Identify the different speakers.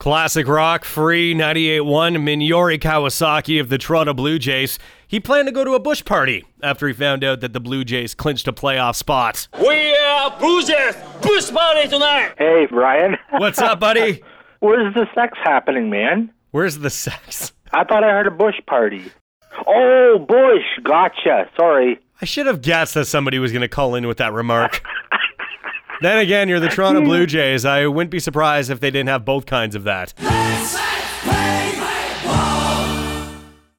Speaker 1: Classic rock, free 98.1, Minori Kawasaki of the Toronto Blue Jays. He planned to go to a bush party after he found out that the Blue Jays clinched a playoff spot.
Speaker 2: We are bruisers. Bush party tonight.
Speaker 3: Hey, Brian.
Speaker 1: What's up, buddy?
Speaker 3: Where's the sex happening, man?
Speaker 1: Where's the sex?
Speaker 3: I thought I heard a Bush party. Oh, Bush. Gotcha. Sorry.
Speaker 1: I should have guessed that somebody was going to call in with that remark. then again, you're the Toronto Blue Jays. I wouldn't be surprised if they didn't have both kinds of that.
Speaker 4: Let's